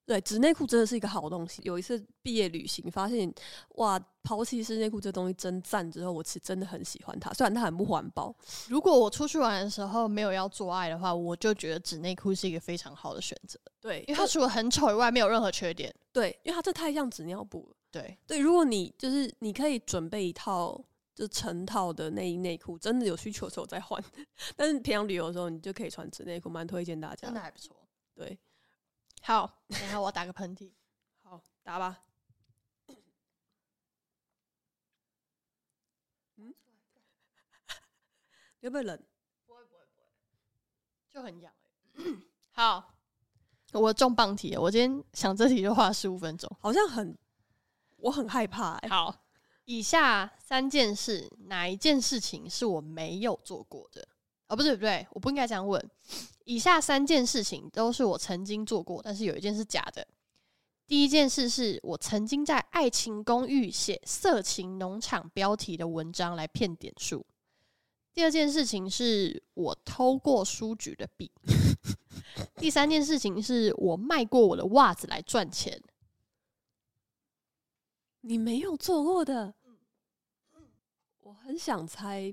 [SPEAKER 2] 对，纸内裤真的是一个好东西。有一次毕业旅行，发现哇，抛弃式内裤这东西真赞。之后我其实真的很喜欢它，虽然它很不环保，
[SPEAKER 1] 如果我出去玩的时候没有要做爱的话，我就觉得纸内裤是一个非常好的选择，
[SPEAKER 2] 对，
[SPEAKER 1] 因为它除了很丑以外没有任何缺点。
[SPEAKER 2] 对，因为它这太像纸尿布了。
[SPEAKER 1] 对，
[SPEAKER 2] 对，如果你就是你可以准备一套就成套的内衣内裤，真的有需求的时候再换。 但是平常旅游的时候，你就可以穿纸内裤，蛮推荐大家
[SPEAKER 1] 真的
[SPEAKER 2] 的。
[SPEAKER 1] 啊还不错。
[SPEAKER 2] 对，
[SPEAKER 1] 好，等一下我要打个喷嚏。
[SPEAKER 2] 好，打吧。嗯，你会不会冷？
[SPEAKER 1] 不会不会不会，就很痒、欸。好，我重磅题了，我今天想这题就花了十五分钟。
[SPEAKER 2] 好像很，我很害怕、欸。
[SPEAKER 1] 好，以下三件事，哪一件事情是我没有做过的？哦，不对不对，我不应该这样问。以下三件事情都是我曾经做过，但是有一件是假的。第一件事是我曾经在《爱情公寓》写色情农场标题的文章来骗点数。第二件事情是我偷过书局的笔。第三件事情是我卖过我的袜子来赚钱。
[SPEAKER 2] 你没有做过的，我很想猜，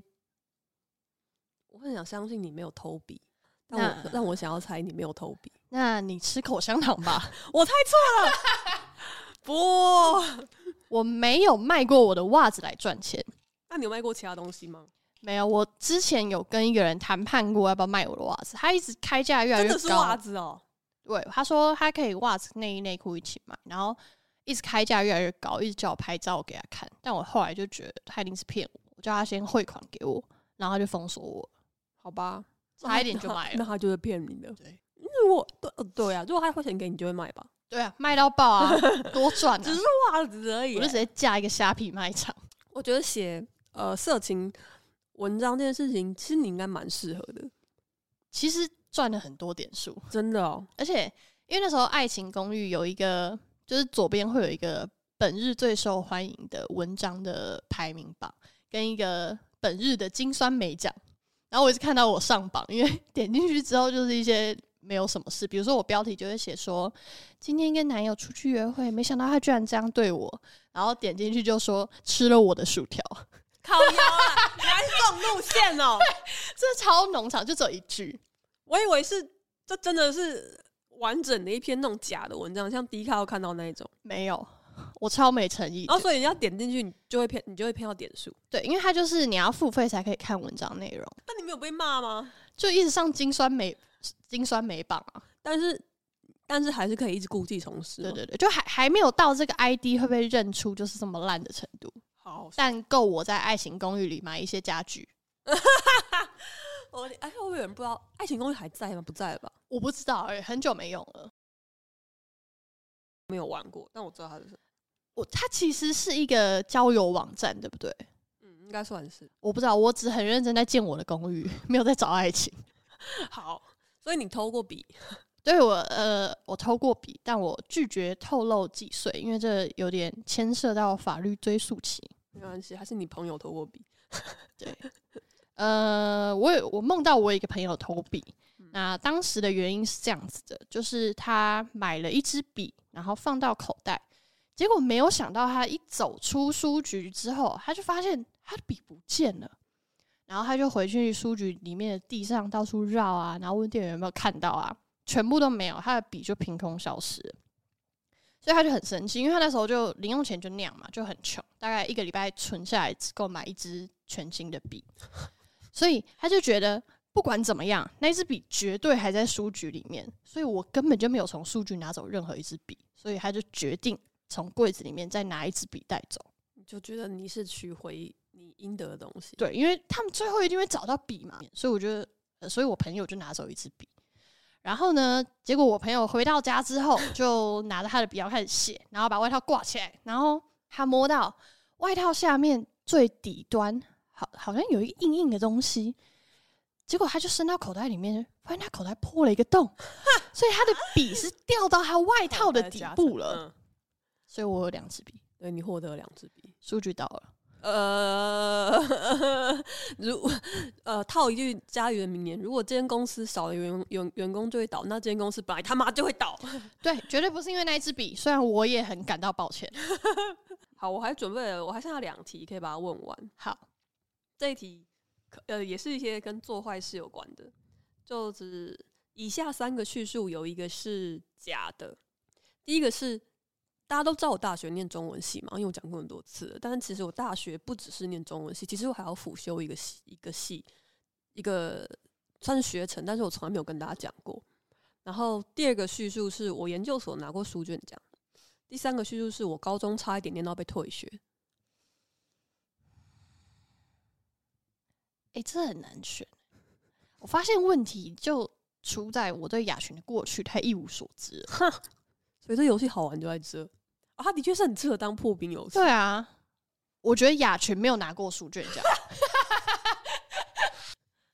[SPEAKER 2] 我很想相信你没有偷笔，但我
[SPEAKER 1] 那
[SPEAKER 2] 但我想要猜你没有偷笔。
[SPEAKER 1] 那你吃口香糖吧。
[SPEAKER 2] 我猜错了， 不，
[SPEAKER 1] 我没有卖过我的袜子来赚钱，
[SPEAKER 2] 那你有卖过其他东西吗？
[SPEAKER 1] 没有。我之前有跟一个人谈判过要不要卖我的袜子，他一直开价越来
[SPEAKER 2] 真
[SPEAKER 1] 越
[SPEAKER 2] 的是袜
[SPEAKER 1] 高。
[SPEAKER 2] 子哦，
[SPEAKER 1] 对，他说他可以袜子、内衣、内裤一起买，然后一直开价越来越高，一直叫我拍照给他看。但我后来就觉得他一定是骗我，我叫他先汇款给我，然后他就封锁我，
[SPEAKER 2] 好吧，
[SPEAKER 1] 差一点就
[SPEAKER 2] 哦那
[SPEAKER 1] 买
[SPEAKER 2] 他那
[SPEAKER 1] 了。
[SPEAKER 2] 他就是骗你的。
[SPEAKER 1] 对，
[SPEAKER 2] 如果对呃对啊，如果他汇钱给你，你就会买吧，
[SPEAKER 1] 对啊，卖到爆啊，多赚 啊！
[SPEAKER 2] 只是袜子而已
[SPEAKER 1] 我就直接架一个虾皮卖场。
[SPEAKER 2] 我觉得写呃色情文章这件事情，其实你应该蛮适合的，
[SPEAKER 1] 其实赚了很多点数，
[SPEAKER 2] 真的哦。
[SPEAKER 1] 而且因为那时候《爱情公寓》有一个，就是左边会有一个本日最受欢迎的文章的排名榜，跟一个本日的金酸梅奖。然后我一直看到我上榜，因为 点进去之后就是一些没有什么事，比如说我标题就会写说今天跟男友出去约会，没想到他居然这样对我，然后点进去就说吃了我的薯条，
[SPEAKER 2] 靠腰啊，原来是这种路线哦、
[SPEAKER 1] 这超农场，就只有一句。
[SPEAKER 2] 我以为是这真的是完整的一篇那种假的文章，像迪卡有看到那一种，
[SPEAKER 1] 没有，我超没诚意的。
[SPEAKER 2] 哦然后所以你要点进去，你就会骗，你就会骗到点数。
[SPEAKER 1] 对，因为它就是你要付费才可以看文章内容。
[SPEAKER 2] 但你没有被骂吗？
[SPEAKER 1] 就一直上金酸梅金酸梅榜啊，
[SPEAKER 2] 但是但是还是可以一直故技重施。
[SPEAKER 1] 对，对对，就还还没有到这个 ID 会被认出就是这么烂的程度，
[SPEAKER 2] 好，
[SPEAKER 1] 但够我在《爱情公寓》里买一些家具。
[SPEAKER 2] 我哎，会不会有人不知道《爱情公寓》还在吗？不在了吧？
[SPEAKER 1] 我不知道哎、很久没用了。
[SPEAKER 2] 没有玩过，但我知道它是什么。
[SPEAKER 1] 我它其实是一个交友网站，对不对？
[SPEAKER 2] 嗯，应应该算是
[SPEAKER 1] 我不知道，我只很认真在建我的公寓， 没有在找爱情。
[SPEAKER 2] 好。所以你偷过笔，
[SPEAKER 1] 对我，呃，我偷过笔，但我拒绝透露几岁，因为这有点牵涉到法律追溯期。
[SPEAKER 2] 没关系，还是你朋友偷过笔？
[SPEAKER 1] 呃，我有我梦到我有一个朋友投笔，那当时的原因是这样子的，就是他买了一支笔，然后放到口袋，结果没有想到他一走出书局之后，他就发现他的笔不见了，然后他就回去书局里面的地上到处绕啊，然后问店员有没有看到啊，全部都没有，他的笔就凭空消失了。所以他就很生气，因为他那时候就零用钱就那样嘛，就很穷，大概一个礼拜存下来只够买一支全新的笔。所以他就觉得不管怎么样，那一支笔绝对还在书局里面，所以我根本就没有从书局拿走任何一支笔，所以他就决定从柜子里面再拿一支笔带走。
[SPEAKER 2] 你就觉得你是取回你应得的东西。
[SPEAKER 1] 对，因为他们最后一定会找到笔嘛，所以我觉得，呃所以我朋友就拿走一支笔。然后呢，结果我朋友回到家之后，就拿着他的笔要开始写，然后把外套挂起来，然后他摸到外套下面最底端，好好像有一个硬硬的东西，结果他就伸到口袋里面，发现他口袋破了一个洞，所以他的笔是掉到他外套的底部了。
[SPEAKER 2] 嗯，
[SPEAKER 1] 所以我有两支笔，
[SPEAKER 2] 对你获得了两支笔。
[SPEAKER 1] 数据到了。
[SPEAKER 2] 呃， 如呃套一句家语的名言，如果这间公司少了员员员工就会倒，那这间公司本来他妈就会倒。
[SPEAKER 1] 对，绝对不是因为那一支笔，虽然我也很感到抱歉。
[SPEAKER 2] 好，我还准备了，我还剩下两题可以把它问完。
[SPEAKER 1] 好，
[SPEAKER 2] 这一题可呃也是一些跟做坏事有关的，就是以下三个叙述有一个是假的，第一个是。大家都知道我大学念中文系嘛，因为我讲过很多次了。但是其实我大学不只是念中文系，其实我还要辅修一个系一个系，一个算是学程，但是我从来没有跟大家讲过。然后第二个叙述是我研究所拿过书卷奖，第三个叙述是我高中差一点念到被退学。
[SPEAKER 1] 哎、这很难选。欸我发现问题就出在我对雅群的过去太一无所知了。
[SPEAKER 2] 所以这游戏好玩就在这啊，它的确是很适合当破冰游戏。
[SPEAKER 1] 对啊，我觉得雅群没有拿过书卷奖。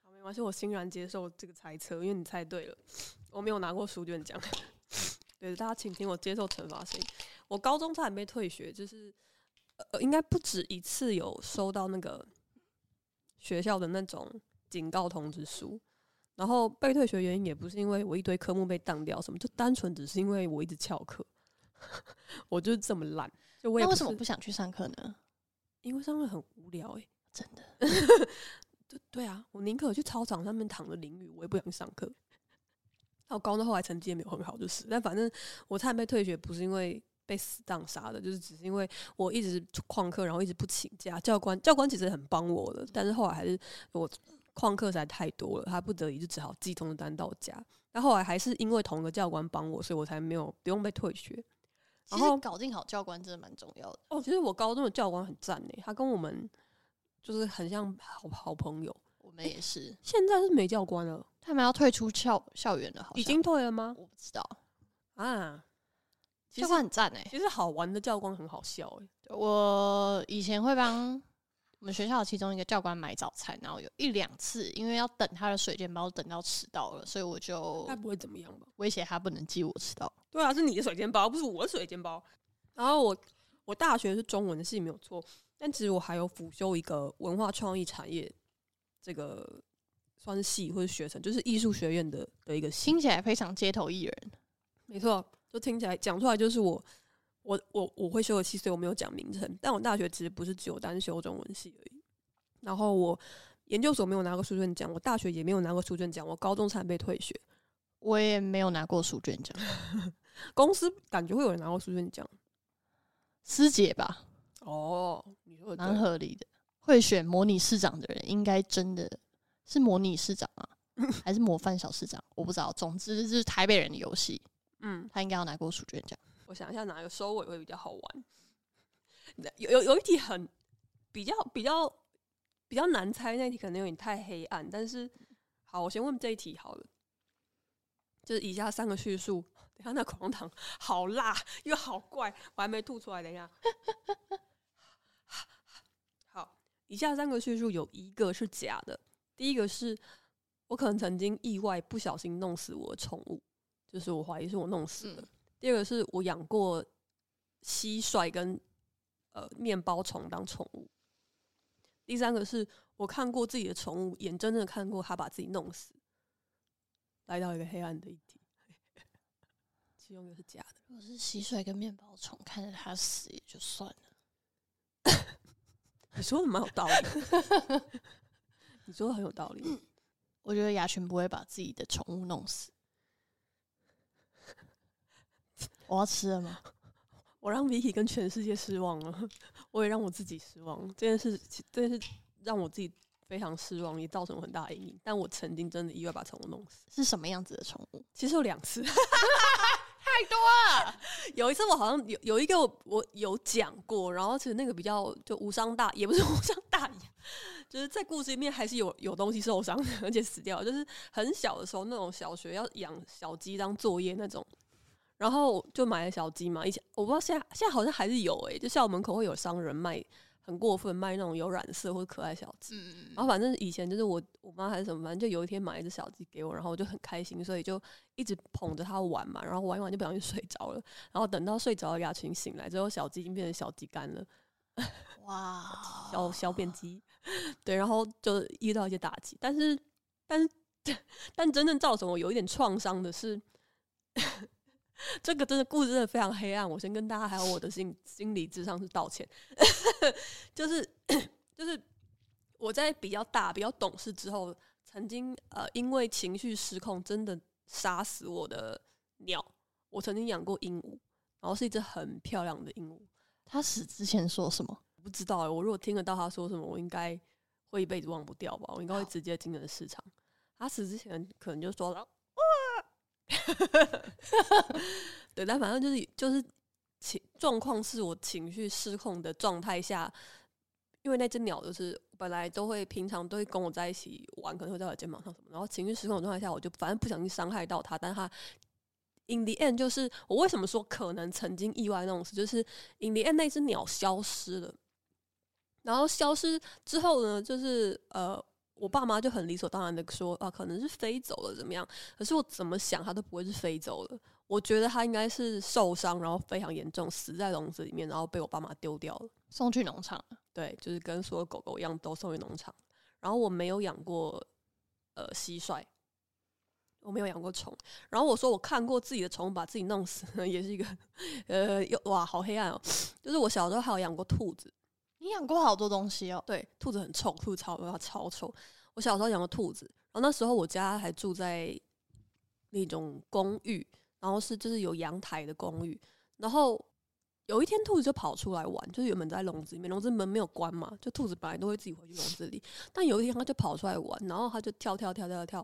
[SPEAKER 2] 好，没关系，我欣然接受这个猜测，因为你猜对了，我没有拿过书卷奖。 对，大家请听我接受惩罚声音。我高中差点被退学，就是呃，应该不止一次有收到那个学校的那种警告通知书。然后被退学原因也不是因为我一堆科目被当掉什么，就单纯只是因为我一直翘课， 我就是这么懒。就我也
[SPEAKER 1] 那为
[SPEAKER 2] 不
[SPEAKER 1] 什么
[SPEAKER 2] 是
[SPEAKER 1] 不想去上课呢？
[SPEAKER 2] 因为上面很无聊哎、
[SPEAKER 1] 真的，
[SPEAKER 2] 对对啊，我宁可去操场上面躺着淋雨，我也不想去上课。然后高中后来成绩也没有很好，就是，但反正我差点被退学，不是因为被死当杀的，就是只是因为我一直旷课，然后一直不请假。教官教官其实很帮我的，但是后来还是我旷课实在太多了，他不得已就只好寄通知单到家。但后来还是因为同一个教官帮我，所以我才没有不用被退学。
[SPEAKER 1] 其
[SPEAKER 2] 然后
[SPEAKER 1] 实搞定好教官真的蛮重要的。
[SPEAKER 2] 哦，其实我高中的教官很赞诶，他跟我们就是很像好好朋友。
[SPEAKER 1] 我们也是，
[SPEAKER 2] 现在是没教官了，
[SPEAKER 1] 他们要退出校校园了，好像
[SPEAKER 2] 已经退了吗？
[SPEAKER 1] 我不知道。
[SPEAKER 2] 啊，其
[SPEAKER 1] 教
[SPEAKER 2] 实
[SPEAKER 1] 官很赞哎、
[SPEAKER 2] 其实好玩的教官很好笑欸诶，
[SPEAKER 1] 我以前会帮我们学校其中一个教官买早餐，然后有一两次因为要等他的水煎包等到迟到了，所以我就
[SPEAKER 2] 该不会怎么样吧？
[SPEAKER 1] 威胁他不能记我迟到。
[SPEAKER 2] 哦对啊，是你的水煎包，不是我的水煎包。然后我我大学是中文系没有错，但其实我还有辅修一个文化创意产业这个算是系或者学程，就是艺术学院的的一个系。
[SPEAKER 1] 听起来非常街头艺人。
[SPEAKER 2] 没错，就听起来讲出来就是我我我我会修的系，所以我没有讲名称。但我大学其实不是只有单修中文系而已。然后我研究所没有拿过书卷奖，我大学也没有拿过书卷奖，我高中才被退学。
[SPEAKER 1] 我也没有拿过书卷奖，
[SPEAKER 2] 公司感觉会有人拿过书卷奖
[SPEAKER 1] 师姐吧，
[SPEAKER 2] 哦，你说
[SPEAKER 1] 蛮合理的。会选模拟市长的人，应该真的是模拟市 长吗？还是模范小市长？我不知道。总之就是台北人的游戏，
[SPEAKER 2] 嗯，
[SPEAKER 1] 他应该要拿过书卷奖。
[SPEAKER 2] 我想一下哪个收尾会比较好玩。 有有有一题很比较比较比较难猜，那一题可能有点太黑暗，但是好，我先问这一题好了。就是以下三个叙述， 等一下那口香糖好辣又 好怪，我还没吐出来。等一下，好，以下三个叙述有一个是假的。第一个是我可能曾经意外不小心弄死我的宠物，就是我怀疑是我弄死的。
[SPEAKER 1] 嗯
[SPEAKER 2] 第二个是我养过蟋蟀跟呃面包虫当宠物。第三个是我看过自己的宠物，眼睁睁的看过它把自己弄死。来到一个黑暗的一题，其中一个是假的。
[SPEAKER 1] 如果是蟋蟀跟面包虫，看着它死也就算了。
[SPEAKER 2] 你说的蛮有道理的， 你说的很有道理。
[SPEAKER 1] 我觉得雅群不会把自己的宠物弄死。我要吃了吗？
[SPEAKER 2] 我让 Vicky 跟全世界失望了，我也让我自己失望。这件事，其这件事让我自己非常失望，也造成我很大的阴影。但我曾经真的意外把宠物弄死，
[SPEAKER 1] 是什么样子的宠物？
[SPEAKER 2] 其实有两次。
[SPEAKER 1] 太多了。
[SPEAKER 2] 有一次我好像有有一个我我有讲过，然后其实那个比较就无伤大，也不是无伤大雅， 就是在故事里面还是有有东西受伤的，而且死掉了，就是很小的时候那种小学要养小鸡当作业那种。然后就买了小鸡嘛，以前我不知道现在现在好像还是有欸诶、就校门口会有商人卖，很过分卖那种有染色或者可爱小鸡。
[SPEAKER 1] 嗯，
[SPEAKER 2] 然后反正以前就是我我妈还是什么，反正就有一天买一只小鸡给我，然后我就很开心，所以就一直捧着它玩嘛，然后玩一玩就不小心睡着了，然后等到睡着的雅群醒来之后，小鸡已经变成小鸡干了，
[SPEAKER 1] 哇，
[SPEAKER 2] 小小便鸡，对，然后就遇到一些打击，但是但是但真正造成我有一点创伤的是。这个真的故事真的非常黑暗，我先跟大家还有我的心心理智商是道歉， 就是就是我在比较大、比较懂事之后，曾经呃因为情绪失控，真的杀死我的鸟。我曾经养过鹦鹉，然后是一只很漂亮的鹦鹉，
[SPEAKER 1] 他死之前说什么？
[SPEAKER 2] 不知道、欸，我如果听得到他说什么，我应该会一辈子忘不掉吧？我应该会直接精神失常。他死之前可能就说了，哇 对，但反正就是就是情状况是我情绪失控的状态下，因为那只鸟就是本来都会平常都会跟我在一起玩，可能会在我肩膀上什么，然后情绪失控的状态下，我就反正不小心伤害到它，但它。In the end，就是我为什么说可能曾经意外那种事，就是 In the end，那只鸟消失了。然后消失之后呢，就是呃，我爸妈就很理所当然的说啊，可能是飞走了怎么样？可是我怎么想，它都不会是飞走了。我觉得它应该是受伤，然后非常严重，死在笼子里面，然后被我爸妈丢掉了。
[SPEAKER 1] 送去农场。
[SPEAKER 2] 对，就是跟所有狗狗一样都送去农场。然后我没有养过呃蟋蟀，我没有养过虫。然后我说我看过自己的虫把自己弄死，也是一个呃又哇好黑暗哦。就是我小时候还有养过兔子，
[SPEAKER 1] 你养过好多东西哦。
[SPEAKER 2] 对，兔子很臭，兔子超哇超臭。我小时候养过兔子，然后那时候我家还住在那种公寓，然后是就是有阳台的公寓，然后有一天兔子就跑出来玩，就是原本在笼子里面，笼子门没有关嘛，就兔子本来都会自己回去笼子里，但有一天它就跑出来玩，然后它就跳跳跳跳跳。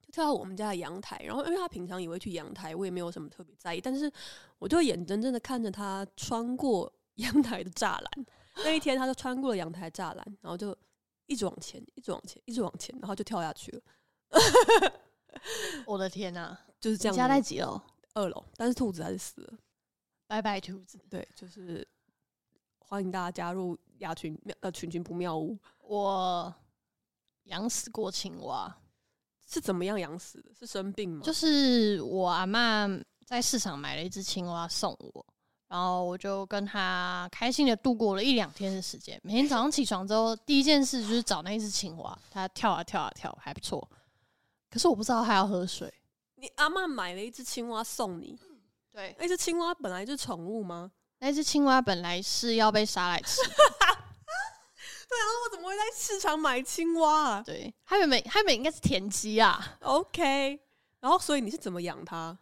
[SPEAKER 2] 就跳到我们家的阳台，然后因为它平常也会去阳台，我也没有什么特别在意，但是我就眼睁睁的看着它穿过 阳台的栅栏，那一天，他就穿过了阳台栅栏，然后就一直往前，一直往前，一直往前，然后就跳下去了，
[SPEAKER 1] 我的天哪、
[SPEAKER 2] 就是这
[SPEAKER 1] 你
[SPEAKER 2] 样。
[SPEAKER 1] 家在几楼？
[SPEAKER 2] 二楼，但是兔子还是死了。
[SPEAKER 1] 拜拜，兔子。
[SPEAKER 2] 对，就是欢迎大家加入雅群妙呃群群不妙屋，
[SPEAKER 1] 我养死过青蛙，
[SPEAKER 2] 是怎么样养死的？是生病吗？
[SPEAKER 1] 就是我阿嬷在市场买了一只青蛙送我，然后我就跟她开心的度过了一两天的时间。每天早上起床之后，第一件事就是找那一只青蛙，它跳啊跳啊跳，还不错。可是我不知道它要喝水。
[SPEAKER 2] 你阿嬷买了一只青蛙送你，
[SPEAKER 1] 对，
[SPEAKER 2] 那只青蛙本来就是宠物吗？
[SPEAKER 1] 那只青蛙本来是要被杀来吃的，
[SPEAKER 2] 啊那我怎么会在市场买青蛙啊
[SPEAKER 1] 对，它原本它原本应该是田鸡啊。
[SPEAKER 2] ？OK，然后所以你是怎么养它？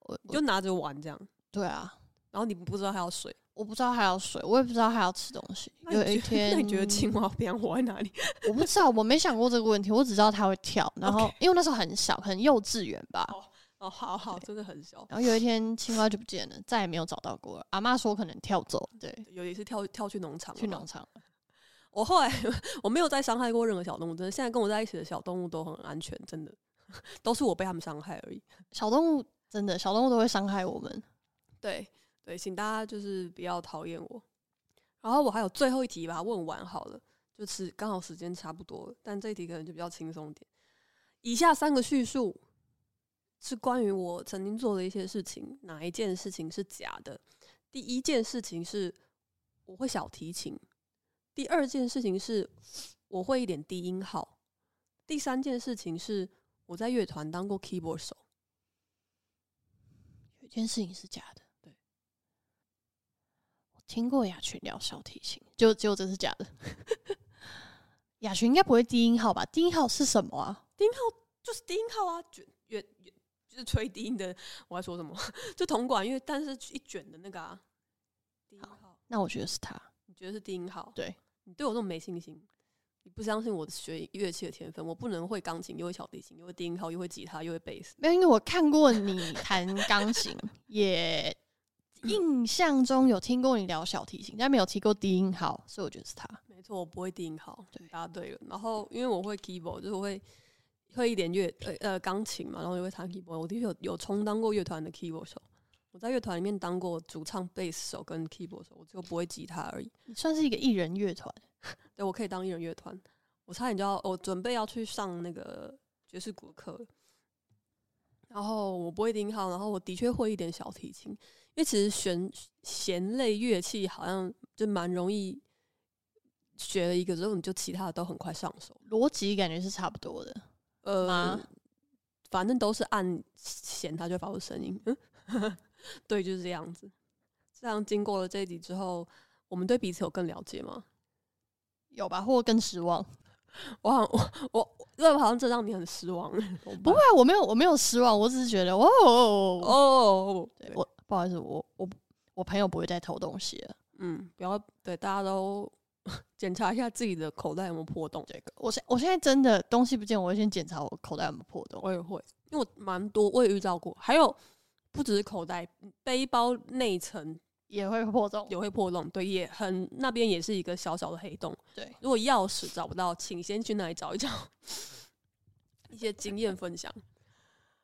[SPEAKER 1] 我
[SPEAKER 2] 你就拿着玩这样，
[SPEAKER 1] 对啊，
[SPEAKER 2] 然后你不知道它要水，
[SPEAKER 1] 我不知道还要水，我也不知道还要吃东西。
[SPEAKER 2] 那你
[SPEAKER 1] 有
[SPEAKER 2] 觉
[SPEAKER 1] 一
[SPEAKER 2] 得
[SPEAKER 1] 天，
[SPEAKER 2] 那你觉得青蛙平常活在哪里？
[SPEAKER 1] 我不知道，我没想过这个问题，我只知道它会跳。然后
[SPEAKER 2] OK
[SPEAKER 1] 因为那时候很小，可能幼稚园吧。
[SPEAKER 2] 哦，好好，真的很小，
[SPEAKER 1] 然后有一天青蛙就不见了，再也没有找到过了。阿妈说可能跳走了，对，
[SPEAKER 2] 有一次跳跳去农场，
[SPEAKER 1] 去农。场了。
[SPEAKER 2] 我后来我没有再伤害过任何小动物，真的。现在跟我在一起的小动物都很安全，真的， 都是我被他们伤害而已。
[SPEAKER 1] 小动物真的，小动物都会伤害我们。
[SPEAKER 2] 对对，请大家就是不要讨厌我。然然后我还有最后一题把它问完好了，就是刚好时间差不多了，但这一题可能就比较轻松一点。以下三个叙述是关于我曾经做的一些事情，哪一件事情是假的？第一件事情是我会小提琴，第二件事情是我会一点低音号，第三件事情是我在乐团当过 keyboard 手。
[SPEAKER 1] 有一件事情是假的，
[SPEAKER 2] 对，
[SPEAKER 1] 我听过雅群聊小提琴，就就这是假的。 雅群应该不会低音号吧？低音号是什么啊？
[SPEAKER 2] 低音号就是低音号啊，卷圆圆就是吹低音的。我在说什么？ 就铜管乐，但是一卷的那个啊，低音号。
[SPEAKER 1] 那我觉得是他。
[SPEAKER 2] 你觉得是低音号？
[SPEAKER 1] 对，
[SPEAKER 2] 你对我这么没信心，你不相信我学乐器的天分，我不能会钢琴，又会小提琴，又会低音号，又会吉他，又会贝斯。
[SPEAKER 1] 没有，因为我看过你弹钢琴，也印象中有听过你聊小提琴，但没有提过低音号，所以我觉得是他。
[SPEAKER 2] 没错，我不会低音号，
[SPEAKER 1] 对
[SPEAKER 2] 答对了。然后因为我会 keyboard，就是我会会一点乐呃呃钢琴嘛，然后也会弹 keyboard。我的确有有充当过乐团的 keyboard 手，我在乐团里面当过主唱、贝斯手跟 keyboard 手，我只有不会吉他而已。
[SPEAKER 1] 你算是一个艺人乐团，
[SPEAKER 2] 对，我可以当艺人乐团。我差点就要，我准备要去上那个爵士鼓课了。然后我不会低音号，然后我的确会一点小提琴，因为其实弦弦类乐器好像就蛮容易学了一个之后，你就其他的都很快上手。
[SPEAKER 1] 逻辑感觉是差不多的。
[SPEAKER 2] 呃
[SPEAKER 1] 吗，
[SPEAKER 2] 反正都是按弦，它就会发出声音。嗯， 对，就是这样子。这样经过了这一集之后，我们对彼此有更了解吗？
[SPEAKER 1] 有吧，或更失望。
[SPEAKER 2] 我好 像我我，对，好像这让你很失望。
[SPEAKER 1] 不会啊， 我没有，我没有失望，我只是觉得，哦，
[SPEAKER 2] 哦，
[SPEAKER 1] 对我不好意思，我我我朋友不会再偷东西了。
[SPEAKER 2] 嗯，不要对大家都 检查一下自己的口袋有没有破洞。这个
[SPEAKER 1] 我现我现在真的东西不见，我会先检查我口袋有没有破洞。
[SPEAKER 2] 我也会，因为我蛮多，我也遇到过。还有不只是口袋，嗯背包内层
[SPEAKER 1] 也会破洞。
[SPEAKER 2] 也会破洞，对，也很那边也是一个小小的黑洞。
[SPEAKER 1] 对，
[SPEAKER 2] 如果钥匙找不到，请先去那里找一 找。一些经验分享，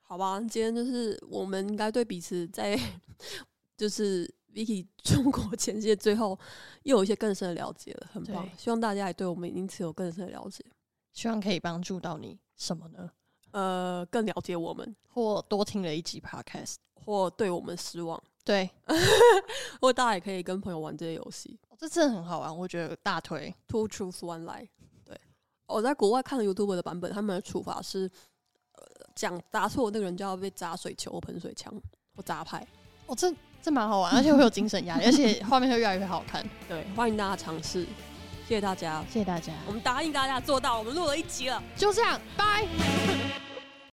[SPEAKER 2] 好吧？今天就是我们应该对彼此在 就是 Vicky 中国前线最后又有一些更深的了解了，很棒
[SPEAKER 1] 对。
[SPEAKER 2] 希望大家也对我们因此有更深的了解，
[SPEAKER 1] 希望可以帮助到你什么呢？
[SPEAKER 2] 呃，更了解我们，
[SPEAKER 1] 或多听了一集 podcast。
[SPEAKER 2] 或对我们失望，
[SPEAKER 1] 对，
[SPEAKER 2] 或大家也可以跟朋友玩这些游戏。
[SPEAKER 1] 哦这真的很好玩，我觉得大推。
[SPEAKER 2] Two truths, one lie。对，我在国外看了 YouTube 的版本，他们的处罚是，呃，讲答错那个人就要被砸水球、喷水枪或砸牌。
[SPEAKER 1] 哦，这这蛮 好玩，而且会有精神压力，而且画面会越来越好看。
[SPEAKER 2] 对，欢迎大家尝试，谢谢大家。
[SPEAKER 1] 谢谢大家，
[SPEAKER 2] 我们答应大家做到，我们录了一集了。
[SPEAKER 1] 就这样，拜。